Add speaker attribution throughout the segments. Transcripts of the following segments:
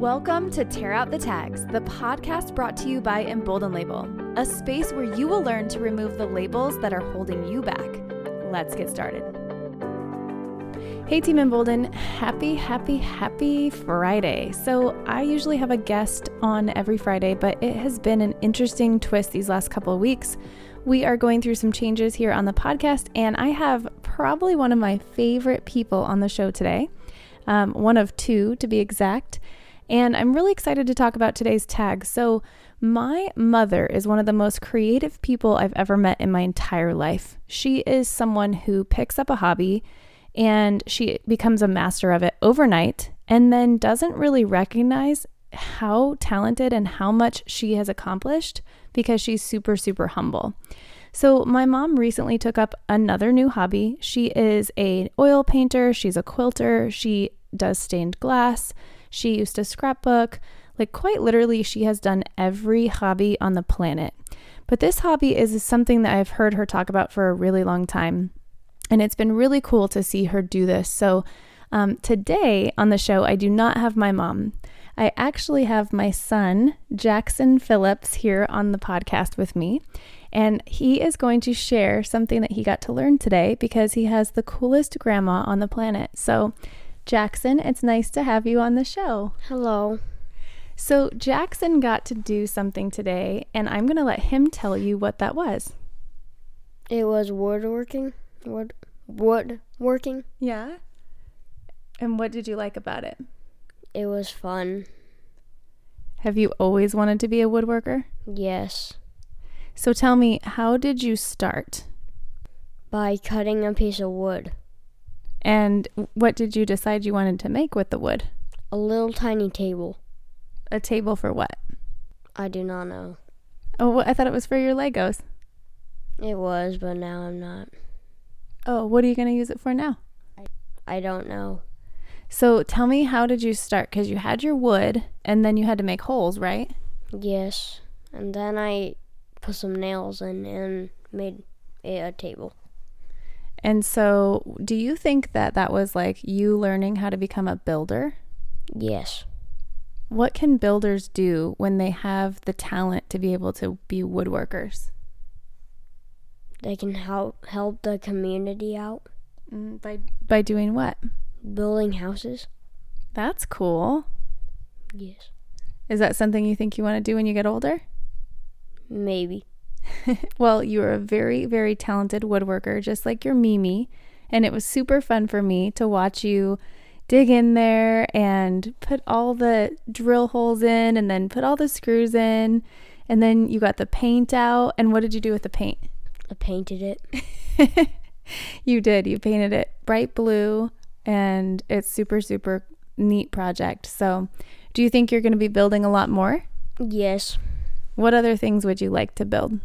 Speaker 1: Welcome to Tear Out the Tags, the podcast brought to you by Embolden Label, a space where you will learn to remove the labels that are holding you back. Let's get started. Hey, Team Embolden, happy, happy, happy Friday. So, I usually have a guest on every Friday, but it has been an interesting twist these last couple of weeks. We are going through some changes here on the podcast, and I have probably one of my favorite people on the show today, um, one of two to be exact. And I'm really excited to talk about today's tag. So, my mother is one of the most creative people I've ever met in my entire life. She is someone who picks up a hobby and she becomes a master of it overnight and then doesn't really recognize how talented and how much she has accomplished because she's super, super humble. So my mom recently took up another new hobby. She is a oil painter, she's a quilter, she does stained glass, she used to scrapbook. Like quite literally she has done every hobby on the planet. But this hobby is something that I've heard her talk about for a really long time. And it's been really cool to see her do this. So, um, today on the show, I do not have my mom. I actually have my son, Jackson Phillips, here on the podcast with me. And he is going to share something that he got to learn today because he has the coolest grandma on the planet. So, Jackson, it's nice to have you on the show.
Speaker 2: Hello.
Speaker 1: So, Jackson got to do something today, and I'm going to let him tell you what that was.
Speaker 2: It was woodworking. Wood woodworking.
Speaker 1: Yeah. And what did you like about it?
Speaker 2: It was fun.
Speaker 1: Have you always wanted to be a woodworker?
Speaker 2: Yes.
Speaker 1: So tell me, how did you start?
Speaker 2: By cutting a piece of wood.
Speaker 1: And what did you decide you wanted to make with the wood?
Speaker 2: A little tiny table.
Speaker 1: A table for what?
Speaker 2: I do not know.
Speaker 1: Oh, wh- I thought it was for your Legos.
Speaker 2: It was, but now I'm not.
Speaker 1: Oh, what are you going to use it for now?
Speaker 2: I don't know.
Speaker 1: So tell me, how did you start? Because you had your wood and then you had to make holes, right?
Speaker 2: Yes. And then I put some nails in and made it a table.
Speaker 1: And so do you think that that was like you learning how to become a builder?
Speaker 2: Yes.
Speaker 1: What can builders do when they have the talent to be able to be woodworkers?
Speaker 2: They can help help the community out
Speaker 1: Mm, By by doing what?
Speaker 2: building houses.
Speaker 1: That's cool.
Speaker 2: Yes.
Speaker 1: Is that something you think you want to do when you get older?
Speaker 2: Maybe.
Speaker 1: Well, you are a very, very talented woodworker, just like your Mimi. And it was super fun for me to watch you dig in there and put all the drill holes in and then put all the screws in. And then you got the paint out. And what did you do with the paint?
Speaker 2: I painted it.
Speaker 1: You did. You painted it bright blue and it's super, super neat project. So, do you think you're going to be building a lot more?
Speaker 2: Yes.
Speaker 1: What other things would you like to build?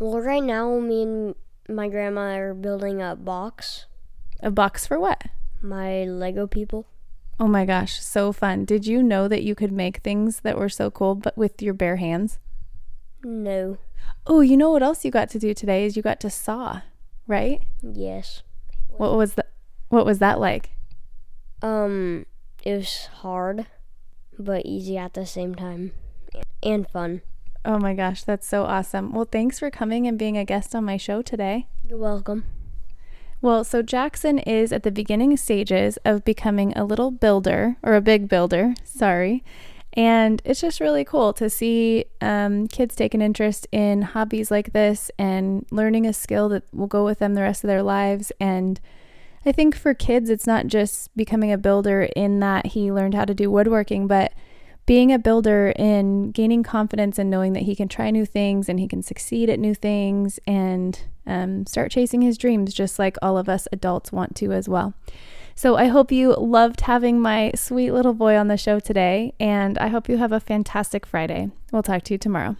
Speaker 2: Well, right now, me and my grandma are building a box.
Speaker 1: A box for what?
Speaker 2: My Lego people.
Speaker 1: Oh my gosh, so fun. Did you know that you could make things that were so cool but with your bare hands?
Speaker 2: No.
Speaker 1: Oh, you know what else you got to do today is you got to saw, right?
Speaker 2: Yes.
Speaker 1: What was the what was that like?
Speaker 2: Um, it was hard, but easy at the same time, and fun.
Speaker 1: Oh my gosh, that's so awesome. Well, thanks for coming and being a guest on my show today.
Speaker 2: You're welcome.
Speaker 1: Well, so Jackson is at the beginning stages of becoming a little builder or a big builder, sorry. And it's just really cool to see um, kids take an interest in hobbies like this and learning a skill that will go with them the rest of their lives. And I think for kids, it's not just becoming a builder in that he learned how to do woodworking, but being a builder and gaining confidence and knowing that he can try new things and he can succeed at new things and um, start chasing his dreams, just like all of us adults want to as well. So, I hope you loved having my sweet little boy on the show today, and I hope you have a fantastic Friday. We'll talk to you tomorrow.